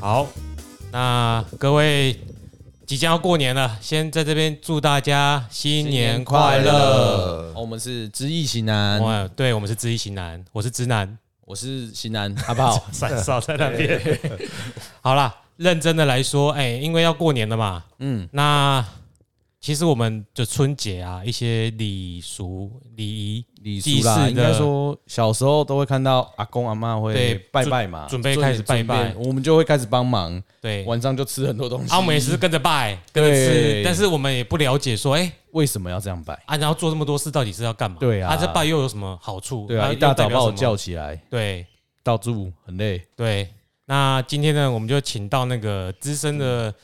好，那各位即将要过年了，先在这边祝大家新年快乐！哦我们是知易行难，哇，对我们是知易行难，我是直 男，？我是行难，好不好 闪少在那边。好啦，认真的来说，哎、因为要过年了嘛，嗯，那其实我们就春节啊，一些礼俗礼仪，礼祭俗祀啦，的应该说小时候都会看到阿公阿妈会对拜拜嘛，准备开始拜拜准备我们就会开始帮忙，对，晚上就吃很多东西。啊，我们也是跟着拜，跟着吃，对但是我们也不了解说，哎、为什么要这样拜？啊，然后做这么多事到底是要干嘛？对啊啊，这拜又有什么好处？对啊，又一大代早表把我什么叫起来，对到处很累。对，那今天呢，我们就请到那个资深的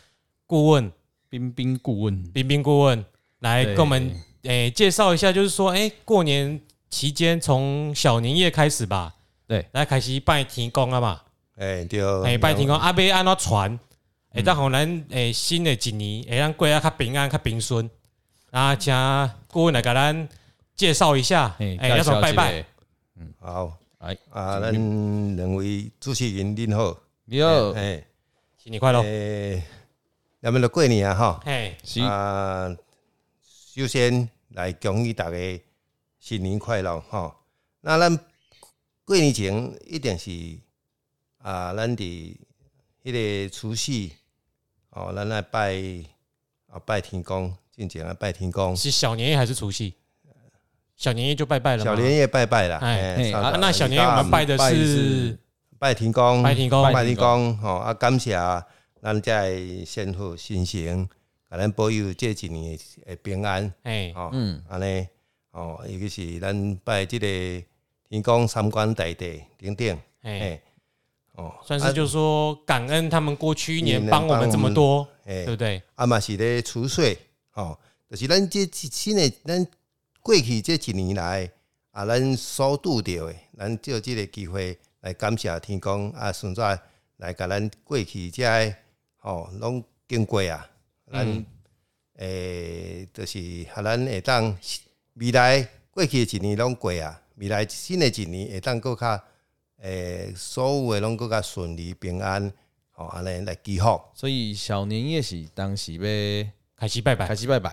顾问，彬彬顾问，彬彬顾问来对跟我们诶、介绍一下，就是说，诶、过年期间从小年夜开始吧，对，来开始拜天公啊嘛，哎，对，诶、拜天公，阿伯安怎传？诶，当好咱诶新的一年，会让过啊较平安、较平顺。啊，请顾问来给咱介绍一下，诶、哎要怎么拜拜？，好，哎，啊，咱两位主持人您好，你好，哎，新年快乐！哎，咱们都过年啊哈，嘿，是啊，首先来恭喜大家新年快乐哈。那咱过年前一定是啊，咱的迄个除夕哦，咱来拜啊拜天公，进前啊拜天公，是小年夜还是除夕？小年夜就拜拜了吗小年夜拜拜啦。哎哎嘿上啊啊早那小年夜我们拜的拜是是拜天公，拜天公拜天公，吼、啊，感谢咱在先父先贤，甲咱保佑这一年的平安，哎吼、安尼，吼、尤其是咱拜即个天公三官大帝等等，哎，嘿，哦，算是啊就是说感恩他们过去一一年年帮我们这么多，嘿对不对？啊嘛是咧除税，吼、就是咱这一新的咱过去这一年来啊，咱所拄着的，咱借即个机会来感谢天公啊，顺便来甲咱过去遮的吼拢经过啊，咱诶、就是啊，咱会当未来过去的一年拢过啊，未来新的一年会当更较诶、所有的拢更较顺利平安，吼、安尼来祈福。所以小年夜是当时呗，凯西拜拜开，始拜拜，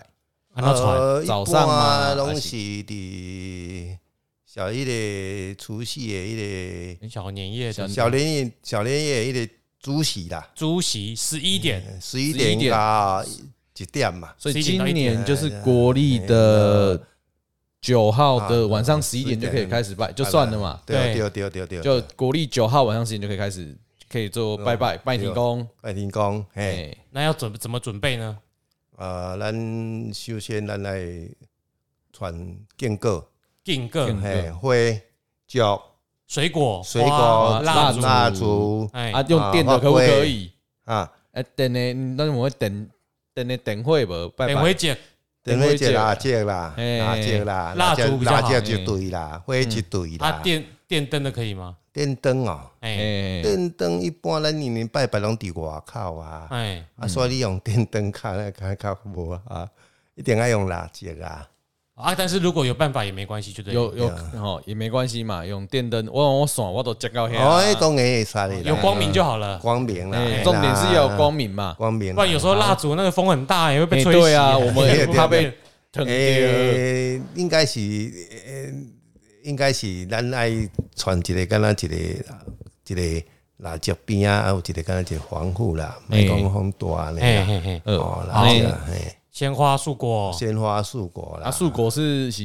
安那传呃、早上嘛一般拢还是是伫小迄个除夕的小年夜的小迄个小年夜小年夜迄个主席啦，主席十一点，十一11点点到一点嘛，所以11今到1点年哎就是国历的九啊号的晚上十一点11就可以开始拜，就算了嘛。对对对对对对，就国历九号晚上十点就可以开始，可以做拜拜拜天公。拜天公，嘿，哎，那要怎么怎么准备呢？呃，咱首先咱来传敬告，订个敬嘿，嗯花、酒、水果、水花果、蜡烛，蜡烛哎啊，，用电的可不可以？啊，哎，等呢，那我们等等呢，等会不？拜等哎回啊拜。见，等等于火一节蜡烛啦，嘿蜡烛啦，蜡烛比较蜡好烛一对啦，花一对啊，啦，电电灯的可以吗？电灯哦。哎哎，电灯一般咱年年拜拜拢伫外口啊，哎，啊，所以你用电灯看那看较无啊，一定要用蜡烛啊。啊，但是如果有办法也没关系，就对了，有有哦，也没关系嘛，用电灯，我我爽，我都接到黑。哦，迄当然会使的啦，啊有光明就好了。光明啦哎哎，，嘿重点是要有啦光明嘛。光明不啦。然有时候蜡烛那个风很大，也 会被哎吹对熄啊，我们也对不对怕被疼掉。诶，应该是诶，应该是咱爱传一个，敢若一个一个蜡烛边啊，还有一个敢若一个防护啦，嘿莫讲风大哎嘿哦咧。嘿嘿，呃哦，好蜡烛啊，嘿，鲜花、素果，鲜花素果啦啊，。素果是是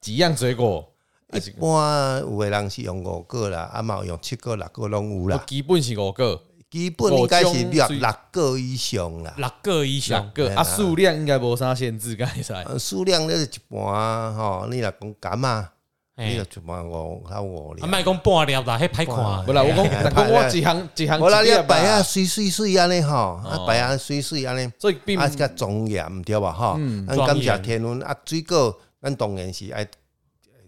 几样水果？一般有的人是用五个啦，啊嘛有用七个、六个拢有我啦。基本是五个，基本应该是六五种水六个以上啦。六个以六上，个啊，数量应该无啥限制，该使。呃数量咧一般吼，你若讲柑啊，你哎就，一般五到五啊，粒。卖讲半粒啦，迄歹看无。啦，我讲，哎但讲哎我一行一行无啦，一你粒啊摆啊吧，水水水安尼吼，啊摆啊水水安尼，所以并嗯啊较庄严对吧吼？咱庄感谢严天恩啊，水果咱当然是爱，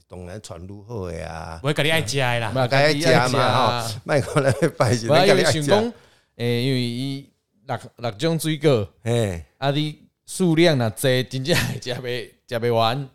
当然传愈好诶啊，我甲你爱食的啦，嘛该己食爱吃嘛啊吼，卖讲咱拜是无啊，因咱家己为爱想食，讲，诶，因为伊六六种水果，嘿，啊，你数量若济，真正会食袂食袂完，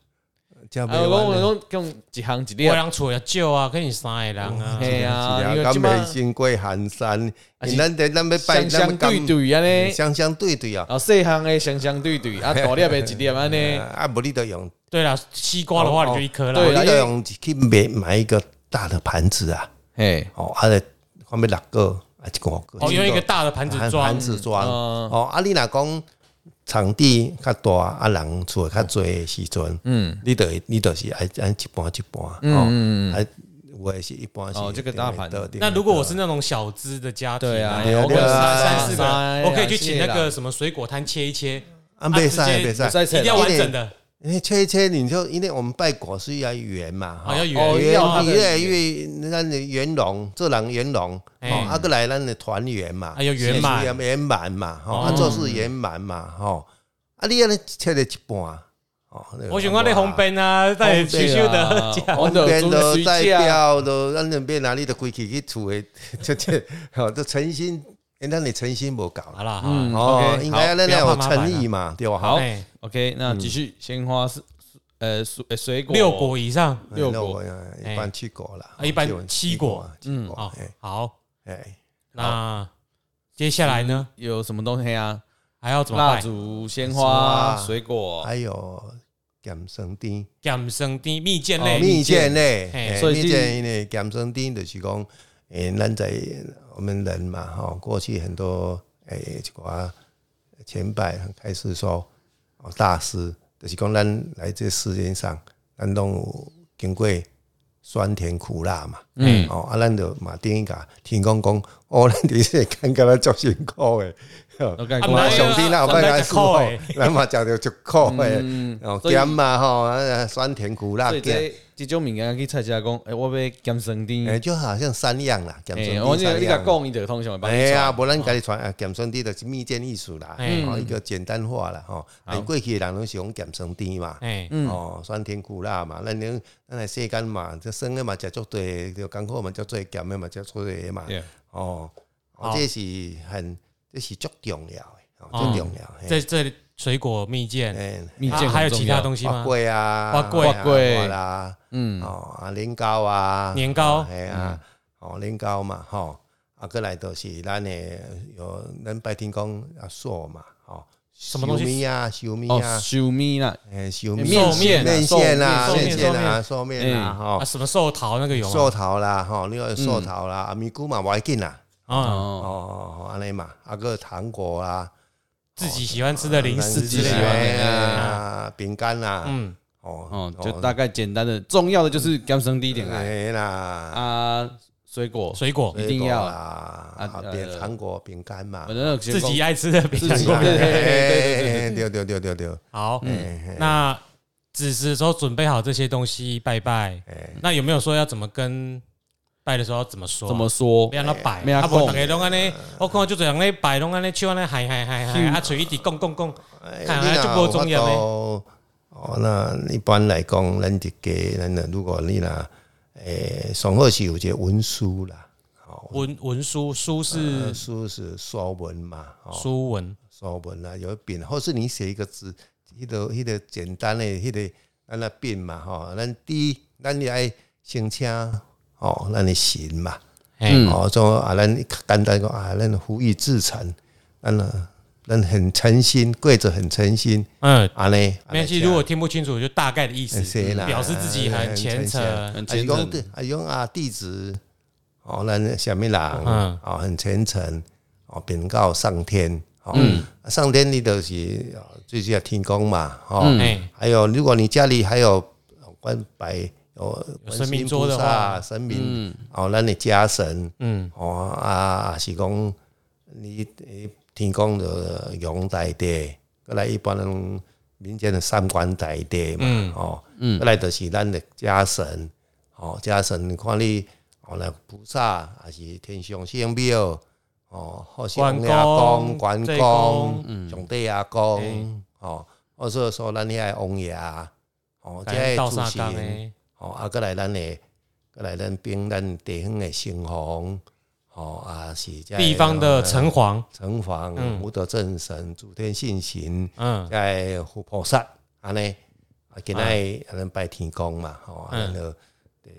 真啊，我讲袂我讲讲一行一我列，人厝也少啊，跟你三个人啊，嘿啊，完因是为啊，即敢摆袂先过寒山，啊因是为咱得咱要拜，相咱相要感对对安尼，相相对对啊，啊，细项的相相对对，啊，大粒的一粒安尼，啊，无你就用，对啦，西瓜的话你就一颗啦，哦对无啦你因就为用去买买一个大的盘子啊，嘿，哦，啊，看要六个啊，一个五个，哦，用一个大的盘子啊盘装啊盘，子装，嗯哦，啊，你若讲场地较大，啊，人厝较侪的时阵，嗯，你就会你就是爱按一半一半，嗯哦，啊，我也是一半是哦这个大盘定位的那如果我是那种小资的家庭，对啊哎我可对能啊三三四个三人，我可以两去请谢那啦个什么水果摊切一切，啊，袂使啊直接袂不使使。一定要完整的，因为切一切，你就因为我们拜果是要圆嘛，好要哦圆，圆要它的越来越咱的圆融，做人圆融，哎哦，啊，个来咱的团圆嘛，哎呦圆满事业圆满嘛，吼，哦啊，做事圆满嘛，吼，啊，你安尼切了一半，哦，我想讲你红边啊， 带对咻咻的啊这样，我就那个边准都水代饺，表都咱那边哪里都规矩去厝的，这这，吼， 都诚心，因咱的诚心无够好啦，啦，嗯嗯，哦， OK，应该咱不要要怕有麻烦诚意嘛，对吧？好哎，OK，那嗯继续鲜花是呃水呃水果六果以上，哎六那果我呃一般七果啦，啊一般基本七果，七哦果，哎，好，哎。那接下来呢有什么东西啊？还要怎么蜡办？烛、鲜什么花、啊水果，还有咸生丁、减生甜蜜饯哦类，蜜饯嘿类，嘿所以蜜是饯类、咸生丁就是讲，诶，咱在我们人嘛，吼，过去很多诶，一寡前辈开始说，哦，大师就是讲咱来这世界上，咱拢有经过酸甜苦辣嘛，嗯，哦，啊，咱就嘛等于甲天公讲，哦，咱伫这看起来足辛苦诶，我感啊不啊，然觉上天哪，有上拜天吃咱师苦傅的，咱嘛食着足苦诶。嗯，哦，所以咸嘛吼，啊酸甜苦辣所以咸，这这种物件去菜市讲，诶，我要咸酸哎、甜，就好像三样啦，咸诶，酸嗯哎我甜这个三你甲样。讲，伊就通常会帮哎你呀，呀，无咱家己传啊，咸酸甜就是蜜饯艺术啦，嗯哦，一个简单化啦，吼。但过去的人拢是讲咸酸甜嘛，哎，嗯哦，酸甜苦辣嘛，咱咱咱来世间嘛，这酸的嘛食足多，就艰苦嘛食做咸的嘛食做多嘛，对哦，哦好这是很这是足重要的，哦，哦足重要的。这这水果蜜饯，哎，蜜啊饯还有很其重要他东西花吗？粿啊，花粿啊花粿花啦。嗯，哦啊，年糕啊，年糕哎呀，哦年糕嘛，吼，啊，过来都是咱的有咱拜天公啊寿嘛，吼，什么东西米啊，寿米哦，啊，寿面啦，哎，寿面面线面线啊，寿面面线寿面啊，寿面啊，啊，哦哦吼，什么寿桃那个有寿吗？桃啦，吼，另外寿桃啦，啊，米菇嘛，无要紧啦，啊，哦哦，哦，哦安尼嘛，啊个糖果啊，自己喜欢吃的零食之类哦自己喜欢的，哎啊，饼干啦，嗯，哦哦，就大概简单的，重要的就是咸酸甜点啊，哎啦，啊，水果，水果哦一定要啦，啊，饼呃糖果饼干嘛我，那自己啊爱吃的饼自干己。爱对对对对对对对对对对，好，哎嗯那子时的时候准备好这些东西拜拜，哎，那有没有说要怎么跟拜的时候要怎么说？怎么说不？要那摆，不要啊不然讲大家拢安尼，我看就这样咧摆，拢安尼手安尼嗨嗨嗨嗨，啊嘴一直讲讲讲，看来就无重要的。咧。哦，那一般来讲，咱一家，咱如果你若诶，上好是有一个文书啦，哦，文文书书是文呃书是书文嘛，哦，书文，书文啦，啊有饼，或是你写一个字，迄个迄个简单的迄个咱那饼嘛，吼，咱第一，咱要爱先请哦，咱的神嘛，哎，哦，种啊，咱简单讲啊，咱呼吁至诚，咱啊，咱很诚心，跪着很诚心，嗯，安尼。没关系，这样如果听不清楚就大概的意思啊嗯是，啦表示自己很虔诚。哎很啊，伊虔讲对诚，，啊，伊讲啊，地址，哦，咱下面人，嗯嗯，哦，很虔诚，哦，禀告上天，哦，啊上天你就是哦最主要天公嘛，哦，哎，还有如果你家里还有哦关白。有有观神明世音桌菩的萨话神明哦，咱的家神，嗯，哦啊，是讲你你天公的永大帝，过来一般人民间的三官大帝嘛，嗯哦，过来就是咱的家神，哦，家神看你哦，来菩萨还是天上圣庙，哦，或是王爷阿公、关公关公、嗯嗯上帝阿公，哦，或者说咱遐的王爷啊，哦，这些到主三神缸。哎诶，哦，啊，过来咱的，过来咱并咱地方的城隍，哦啊是这哦地方的城隍，城隍、嗯武德正神、主天信行，嗯，在护菩萨安尼，啊啊，今仔咱拜天公嘛，吼，啊，嗯咱就地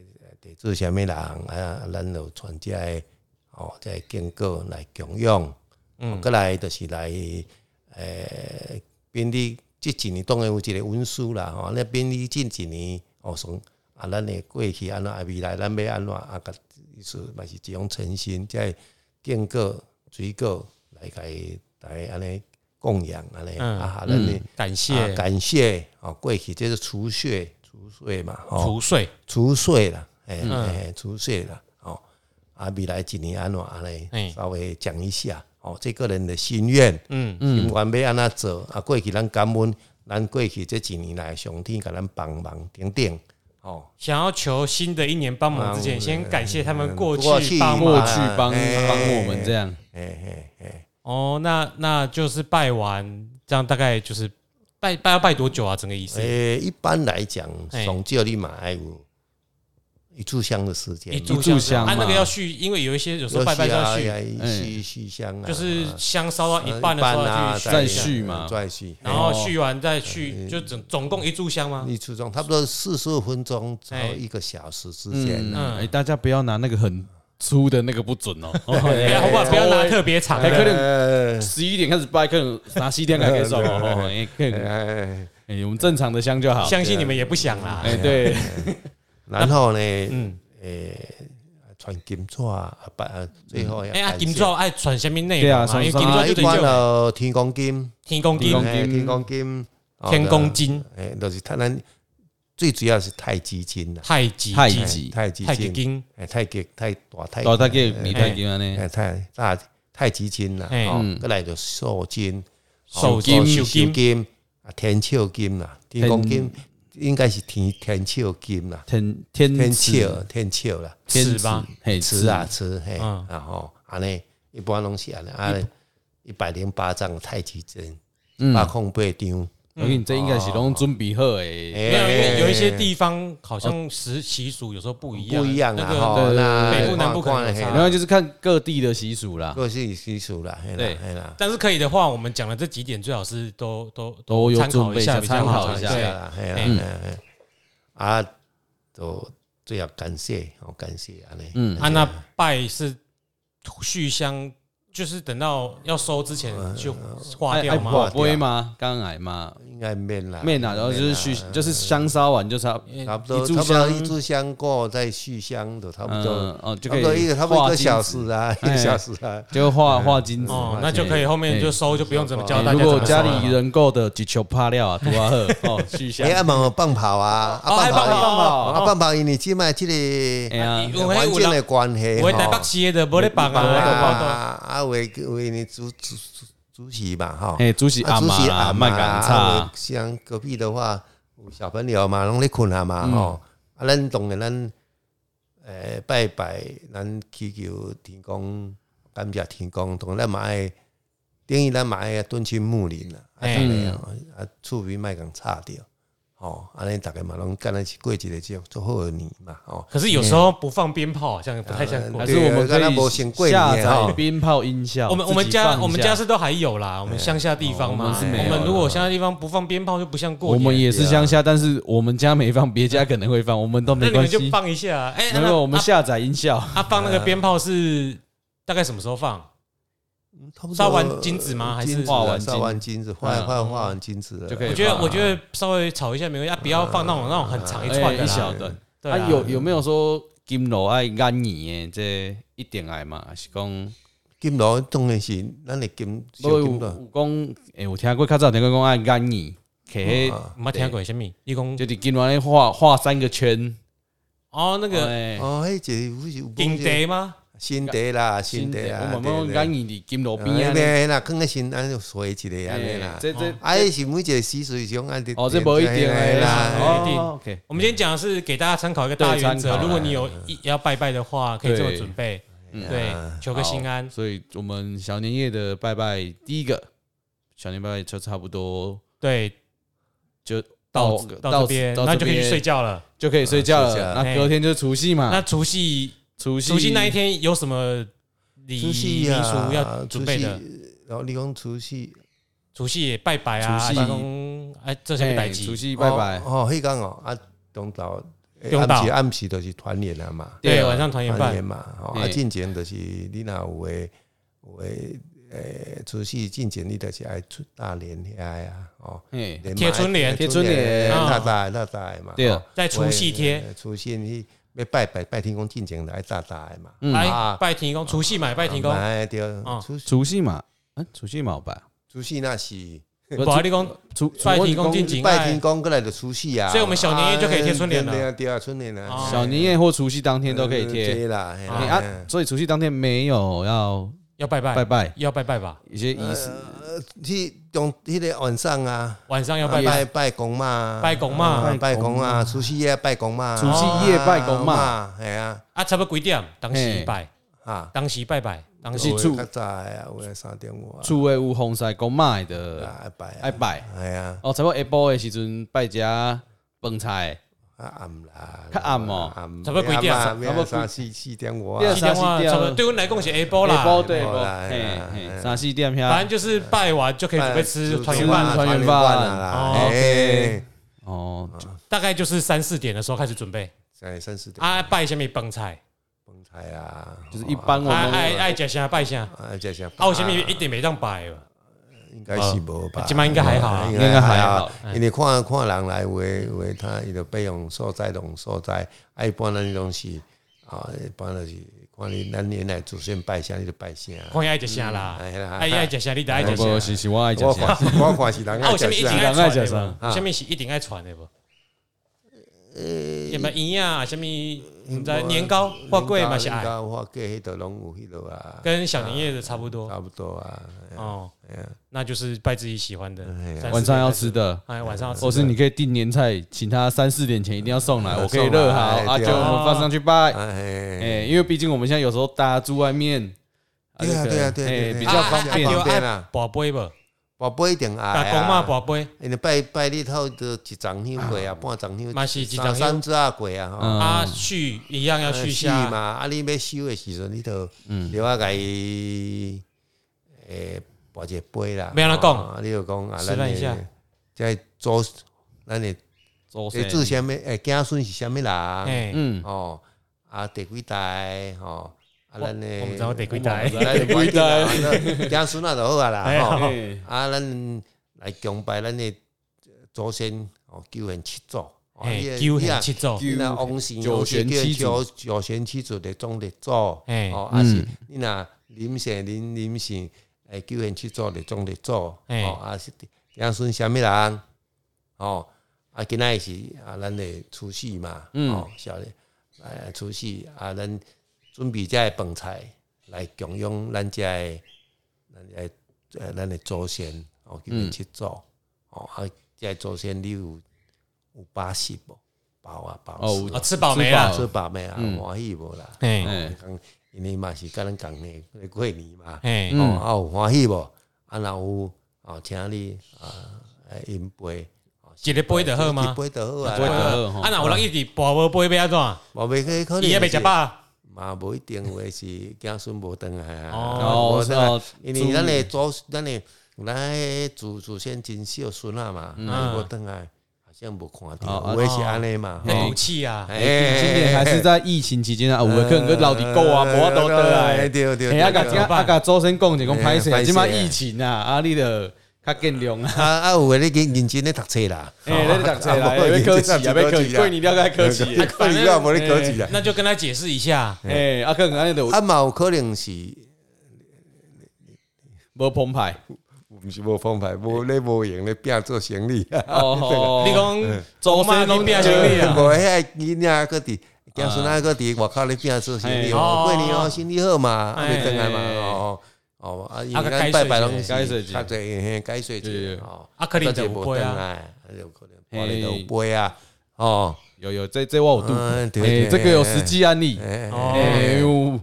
地主啥物人啊，咱就传遮个吼，遮个经过来供养，嗯，过来就是来诶，变你即一年当然有一个文书啦，吼，那变你即一年哦，从啊，咱的过去安怎啊，未来咱要安怎啊，甲意思嘛是一种诚心，遮经过水果来甲伊来安尼供养安尼嗯啊，咱的。感啊谢感谢啊、哦，过去这是除税除税嘛，哦，除嗯税，除税啦，哎、哎，除税啦，哦，啊，未来一年安怎安哎尼，稍微讲一下哦，这个人的心愿，嗯，心愿要安那做啊，过去咱感恩，咱过去这几年来，上天给咱帮忙顶顶哦，想要求新的一年帮忙之前，先感谢他们过过去去帮忙嘛过去帮帮啊哎我们这样，哎哎哎，哦。那那就是拜完，这样大概就是拜拜要拜多久啊？整个仪式哎，一般来讲，哎上少你嘛要有一炷香的时间，炷一炷香啊，嘛那个要续，因为有一些有时候要拜拜是都要啊，续，哎续续香啊，就是啊香烧到一半的时候要去续再一下续嘛再续。然后续完再续，就总总共一炷香吗？你初中差不多四十五分钟到一个小时之间嗯，啊，嗯哎，大家不要拿那个很粗的那个不准 哦，不要哎不要不要拿特别长哎的可能呃十一点开始掰，可能拿西天来给 送哦，哦哎，可以，哎，哎，我们正常的香就好，相信你们也不想啦。哎，对，然后呢，呃嗯，传金纸啊，啊拜啊，最后要哎呀，感谢金砖爱传什么内对容啊啊？因为金传什么啊，砖一就般等于了天公金，天公金天、公哎金天公金，哦天公，金、哎，就是他咱最主要是太极金啦，太极太金极哎太极太极金，金，哎，太极太大太老 大给给米袋给我呢，哎太大太极金啦，哎哦嗯，过来就寿金。手金哦手哦金，金金啊，天笑金啦，天公金应该是天天笑金啦，天天天赐笑天笑啦，嗯天是赐吧？嘿，吃吃啊，吃嘿，嗯然后安尼一般拢是安尼，安尼一百零八张太极针，嗯八空八张，我跟你这应该是拢准备好诶，没有，因为哎有一些地方好像时习俗有时候不一样，啊不一样啊那哦个啦吼，那北部南部可能有差看看然后就是看各地的习俗啦嘿，各是习俗啦，嘿对啦嘿啦，但是可以的话，我们讲的这几点最好是都都都有参考嗯准备一下比较参好考一下哎对对啦嘿啦嘿啦，嘿啦啊，都最要感谢，好感谢安尼，嗯啊，那拜是续香，就是等到要收之前就化掉哎哎吗化？不会吗？刚癌吗？应该免啦，面啊，然后就是去免啦就是香烧完就差嗯差不多，一炷差不多香一炷香过再续香都差不多，嗯哦就可差不多一以个差不多一画个金小纸时啊，一哎个小时啊，就画画金子。哎哦，那就可以后面就收，就不用怎么教大如家怎果么啊收家了。里人够的，几球怕料啊，多啊喝哦，续香 哎，。阿毛棒跑啊，哦，啊还棒棒跑，棒啊棒跑，因为即卖即哎个呀，有环迄境有人的关系我台吼北市的无咧放啊啊，啊，为为你主主主主席嘛吼，哎，主席阿啊主席妈阿麦妈敢啊差，，有像隔壁的话，有小朋友嘛，拢咧困啊嗯嘛吼，啊，咱当然咱诶拜拜，咱祈求天公，感谢天公，当然咱嘛爱，等于咱嘛爱啊敦亲睦邻啦，啊，哎逐个啊啊，厝边莫共吵着，吼，安尼逐个嘛拢敢若是过一个足足好诶年嘛，吼，可是有时候不放鞭炮，好像不太像国还内。是我们可对啊咱没先过以年下啊载鞭炮音效。我们我们自己放一家下我们家是都还有啦，我们乡下地方我嘛，们是没有我们如果乡下地方不放鞭炮，就不像过我年。们也是乡下，但是我们家没放，别家可能会放，我们都那没你们关就系。放一下啊，哎，没那有，我们下载音效。啊放那个鞭炮是大概什么时候放？嗯差不多烧完金子吗还是金子画啊完烧金完金子，画嗯画画完金子啊了就可以我觉得吧我觉得稍微炒一下没关系，啊，不要放那种那种很长一哎串的一小啦。段。对啊，有有没有说金楼爱安你的这一点爱嘛？还是讲？金锣当然是咱的金小无有金啊锣，有讲，诶、有听过较早有听过讲爱眼耳，揢迄啊没听过什么？你讲就是今晚咧画画三个圈，哦，那那个、个欸、哦，迄就是有是有金地吗？新地啦，新啊地啦，我们讲眼耳金楼边啊咧，边边啦，哦囥个新安就衰一个安尼欸啦。这这哦啊，迄是每一个习俗上安尼。哦，这无一定哦嘿诶啦。哦一定 OK，我们今天讲的是给大家参考一个大原对参则，考如果你有一要拜拜的话，可以这么准备，对，求个心安好。所以我们小年夜的拜拜，第一个小年拜拜就差不多对，就到到这边，到那就可以去睡，觉了。就可以睡觉睡觉了。那嘿隔天就是除夕嘛，那除夕嗯除夕除夕那一天有什么礼除习夕俗要啊，准除备夕的？，然后你讲除夕，除夕也拜拜啊，除夕拜公啊哎，做什么代嘿除志？夕拜拜，哦，哦迄工哦，啊，中昼诶中昼暗时暗时就是团圆啊嘛，对，对晚上团圆团饭圆，嘛，吼，啊，嘿进前就是你若有诶有诶诶，除夕进前你就是爱出大连遐啊，哦，嘿，连嘛贴春联爱贴春联哦大大大大的嘛，对哦，在除夕贴，呃，除夕你要拜拜拜天公进前就爱大大的嘛，嗯来啊哎拜天公，除夕买拜天公。哎对，哦除除夕嘛，嗯，除夕嘛有拜，除夕那是。不我你讲，除除拜天我公进前拜哎天，公过来的除夕啊，所以我们小年夜就可以贴春联了啊对啊，对啊，春联哦啊，小年夜或除夕当天都可以贴。贴啦，嘿啦嗯嘿嘿啊，所以除夕当天没有要要拜拜拜，拜要拜拜吧，一些仪式，去中迄个晚上啊，晚上要拜拜拜拜。拜公嘛，拜公嘛啊拜公啊，除夕夜拜公嘛，除夕夜拜公嘛啊，系啊，啊，差不多几点？当时嘿拜，啊，当时拜拜，当时是有的厝较早的啊，有诶三点五啊，厝诶有红晒公买的，啊，爱拜啊，爱拜。系啊，哦，差不多下晡的时阵拜家饭菜，较啊暗啦，较暗哦暗差不多几点暗啊差不多几三四四点五啊对，四点三哇，四点差不多对我们来讲是 A 波下啦，晡对下晡啦下晡嘿嘿嘿嘿三四点反遐正。就是拜完就可以准备吃拜团圆饭吃了，团圆饭啊啦哦，哎，哦，大概就是三四点的时候开始准备三三四点啊，拜什么饭菜，饭菜啊，就是一般我啊爱们爱吃啥拜啥，啊，这些啊，为什么一定没当拜哦？应该是无吧？哎这摆应该还好啊应该还好，因为看看人来有的有的他伊就备用所在用所在，啊一般咱迄种是啊，一般就是看你咱年来祖先拜啥你就拜啥。看爱吃啥啦，啊哎呀爱爱吃啥你就爱吃啥无是。是我爱食我啥看，是我看是人啊，爱有啥物食一定啥，爱人爱吃传的啥无？啥物是一定爱传的无？呃什么盐啊，什么什么年糕、花粿嘛是年爱，糕花粿迄都拢有迄落啊，跟小年夜的差不多差不多啊。哦。那就是拜自己喜欢的，哎三四晚上点要开始吃的，哎，晚上要吃或是你可以订年菜，请他三四点前一定要送来，我可以热好送来啊，对就我们放上去拜。哎，哎，因为毕竟我们现在有时候大家住外面，对啊就可能对啊对啊对啊哎对啊比较方啊便啊。对啊，宝贝无，宝贝一定爱打公嘛宝贝，因为拜拜日头都一丛香过啊，半丛香，嘛是一丛三三枝啊过啊，吼。嗯啊续一样要续啊嗯下是嘛，啊，你要收的时阵，你就另外甲伊诶呃跋一个杯啦。要安怎讲啊你就讲啊，示咱范一下的在做咱的周诶三做啥物诶，子孙是啥物人？哎，嗯，哦，啊，第几代？吼，啊，我咱的啊我不知道第几代咱第的几 代子孙啊就好啊哎啦。呀吼哎啊，咱来敬拜咱的祖先哦，救援七祖。哦哎你的，九你天啊七走，你若往时九玄七祖九九玄七祖的总力祖，嘿哦，啊嗯是你若临时临临时诶九玄七祖的总力祖，嘿哦，啊是子孙什么人，哦，啊今仔日是啊咱的除夕嘛，嗯哦，晓得，诶除夕啊咱准备遮的饭菜来供养咱遮的咱诶诶咱的祖先，哦九玄七祖，嗯哦啊遮的祖先你有有八十无？包啊包哦，有啊吃饱没啊吃说饱白咩啊，欢喜无啦。哦哎哎，讲因为嘛是甲咱共呢，过年嘛，哎哦，啊有欢喜无？啊，若有哦，请你啊，来饮杯，一个杯就好吗一？杯就好一杯就啊。好啊，那有人一直跋无杯要安怎？无袂去可能伊也是未食饱，嘛，无一定有 的是子孙无等啊。哦哦，无是回来哦，因为咱的祖，咱的咱的祖祖先真少孙啊嘛，啊无等啊，好像无看嗯哦到，有的是安尼嘛。那吼赌气啊，哎今年还是在疫情期间啊，有的可能跟老弟购啊，无都得哎来。对哎，对对啊，甲今对。啊，甲周先讲者讲歹势，哎即摆歹势啊疫情啊，啊，你着较见谅啊。啊啊，有诶，你认认真咧读册啦，哎，咱 读册来，啊无要客气认啊，真要客气，过年了该客气。可以啊，无 咧考试 啦。那就跟他解释一下，哎，啊，可能安尼着啊，嘛有可能是，无澎湃。毋是无方法，无咧无用咧拼做生意啊。哦，你讲周妈先你拢变招生意啊？ 无遐囡仔搁伫，囝孙仔搁伫外口咧拼做生哎意哦。过年哦，生意好嘛，啊，袂等来嘛，哦哦啊，因为咱拜拜拢较侪嘿，解水者哦，啊来，啊有可能玻璃有杯啊，哦，有有，这这话我度过。嗯对哎，对这个有实际案例。哎，哦，哎呦，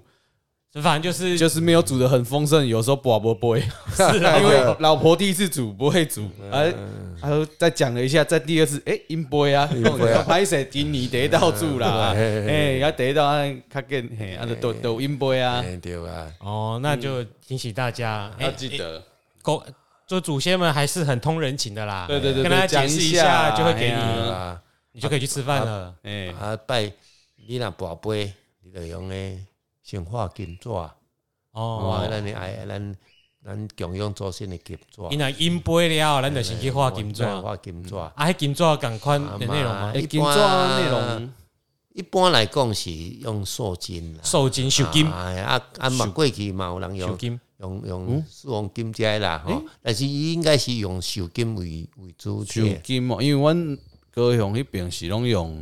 反正就是就是没有煮的很丰盛，有时候不不不 会。是啊，因为老婆第一次煮不会 煮，而哎他说再讲了一下，在第二次，哎，因杯 啊，杯啊拍谁顶你第一道煮 啦，嗯嘿嘿哎，要第一道啊，较紧嘿，啊，就都哦都因杯啊，对啊，哦，那就提醒大家，哎啊要记得公就祖先们还是很通人情的啦，对对对，跟他对解讲释一一下就会给哎你，呀啊，你就可以去吃饭了。哎，啊拜你若跋杯，你就用诶先化金纸，哦哦，，咱诶爱咱咱供养祖先诶金纸，因为因杯了，咱就先去画金纸，咱啊，画金纸。迄金纸共款啊的内容吗嘛？哎，金砖内容，一般来讲是用塑金啦，受金、受金、啊啊啊！嘛过去嘛有人受用金，用用嗯四黄金这些啦，吼，但是伊应该是用寿金为为主就体，金嘛，因为阮高雄迄边是拢用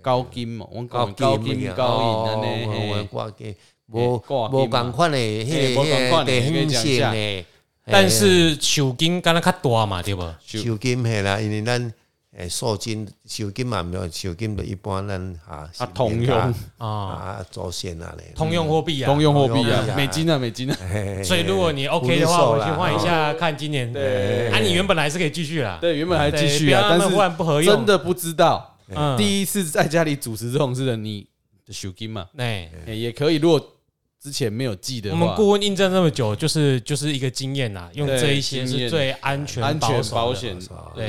高金嘛，阮高高哦金高哦银安尼，我嘿挂金，无挂金无共款的迄个嘿无同迄款个的地你可以方讲一性下的，但是受金敢若较大嘛，对无？就寿金系啦，因为咱诶塑金寿金嘛，毋用寿金就一般咱啊啊通用啊，啊祖先啊咧，通用货币啊哎通。用货币通用货币啊啊，美金啊，美金啊，嘿嘿所以如果你 OK 的话，我去换一下，看今年。嗯对啊，你原本还是可以继续啦。对，原本还继对不续要啊，那么但是忽然不合用真的不知道，嗯，第一次在家里主持这种事的你的手金嘛，哎，哎也可以。如果之前没有记的我话，们顾问印证这么久，就是就是一个经验啦，用对这一些经是验最安全安全保守的。啊保险，哦对，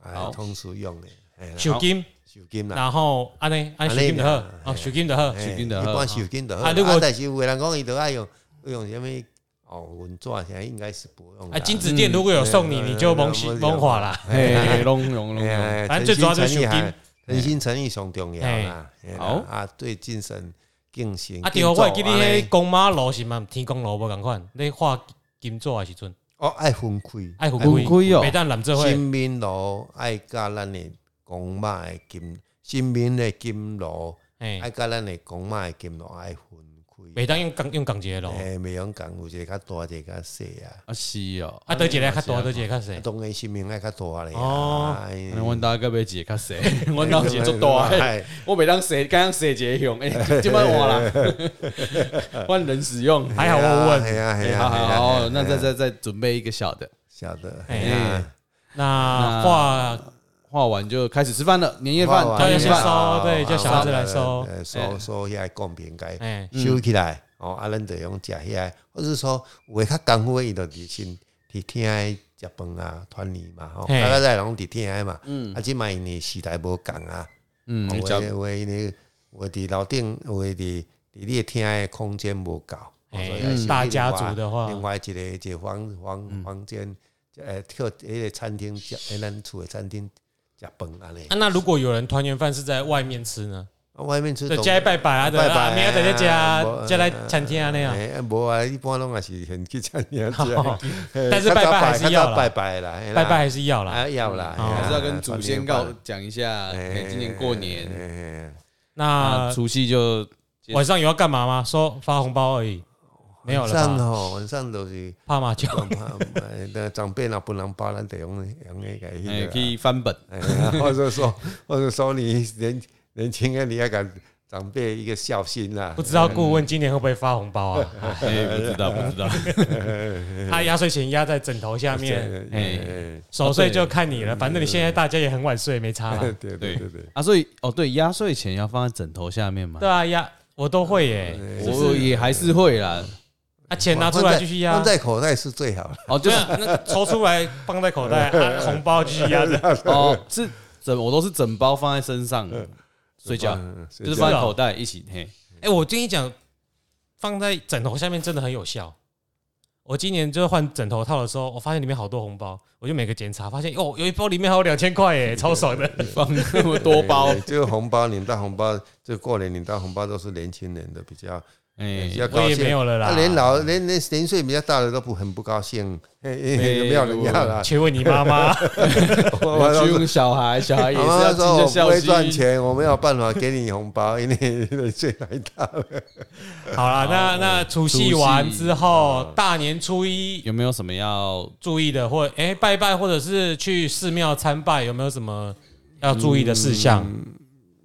哎好通俗用的，嘿啦受金，寿金啦。然后安尼安安受尼金就好尔，哦，受金就好。嘿手巾就一好般手巾就好。啊啊，如果但是有个人讲伊就爱用用什么哦，文纸啥应该是不用啦。啊，金子店如果有送你，嗯你就蒙西嗯蒙华啦。哎，拢拢哎拢呀，拢，哎哦反正最主要就是手巾，诚心诚意上重要啦。嘿啦好啊，对精神精神。啊，对敬哦，重我会记得安尼迄公妈路是嘛，天公路无共款，你画金纸的时阵，哦，爱分开，爱分分开开，哦每当揽做伙，新民路爱甲咱的公妈的金，新民的金路哎，爱甲咱的公妈的金路爱分开。每当用共用共一个路，诶，未用讲有一个较大，一个较细啊。啊是哦，啊，倒一个较大，倒一个较啊细，当然新民爱较大咧。哦啊，因为那哎阮大家要解较细，哎阮老姐做大的。哎我每当写，刚刚写个用，哎、这摆 换啦，换人使用。还好我问。系啊系哎啊好系好啊，好，那再再再准备一个小的，晓得。哎嘿啊那画画完就开始吃饭了，年夜饭、大团画完家圆先饭，收，对，叫小孩子来收，呃收收遐贡品该哎，收起来，哦，啊，咱就用食遐，或是说有诶较功夫诶，伊就伫先伫厅诶食饭啊，团圆嘛，吼，嘿大家在拢伫厅诶嘛，啊，即卖呢时代无共啊，嗯，有讲诶有诶呢，有诶伫楼顶，有诶伫伫你诶厅诶空间无够，哦哎所以还是大另家外族的话嗯另外一个一个房房房间，诶，去迄个餐厅食，诶，咱厝诶餐厅食饭安尼啊，，那如果有人团圆饭是在外面吃呢？啊，外面吃在当家拜拜啊，对拜拜啊，啊明仔在家无家来餐厅啊那样。，哎，无啊，一般拢也是现去餐厅吃但是拜拜还是要啦哎较早拜拜啦，嘿啦拜拜还是要啦。啊要啦，哦嘿啦还是要跟祖先告讲一下，哎哎，今年过年，哎那啊，除夕就晚上有要干嘛吗？说发红包而已，没有晚了上吧？吼，晚上都是怕麻将，呃长辈若不能包，咱得用用那个哎那可个以翻 本，啊，哎或者说 或者说你年年轻的你要给长辈一个孝心啊啦不，知道顾问今年会不会发红包啊？哎，不知道不知道，嗯他压岁钱压在枕头下 面，哎哎守岁就看你了。嗯反正你现在大家也很晚睡，没差哎了。对对对对。啊，所以哦，对，压岁钱要放在枕头下面嘛对，啊，压我都会耶，嗯我也还是会啦，啊钱拿出来继续压放，在口袋是最好的。哦，就对是啊，那抽出来放在口袋， 啊红包继续压着。哦，是整我都是整包放在身上睡觉，嗯睡就是觉放在口袋一起嘿。哎，我跟你讲，放在枕头下面真的很有效。我今年就是换枕头套的时候，我发现里面好多红包，我就每个检查，发现哦，有一包里面还有两千块耶，超爽 的。放那么哎多包对，这个红包领到红包，这过年领到红包都是年轻人的比较哎比，较我高也没兴。有了啦，那连老连连年岁比较大的都不很不高兴，嘿哎嘿没有人要了。请问你妈妈？我我我去说用小孩，小孩也我是妈要说记我得不孝会赚心。钱，我没有办法给你红包，因为你的岁太大了。 好啦，那那除夕呃完之后除夕，大年初一有没有什么要注意的，或哎、拜拜，或者是去寺庙参拜，有没有什么要注意的事项？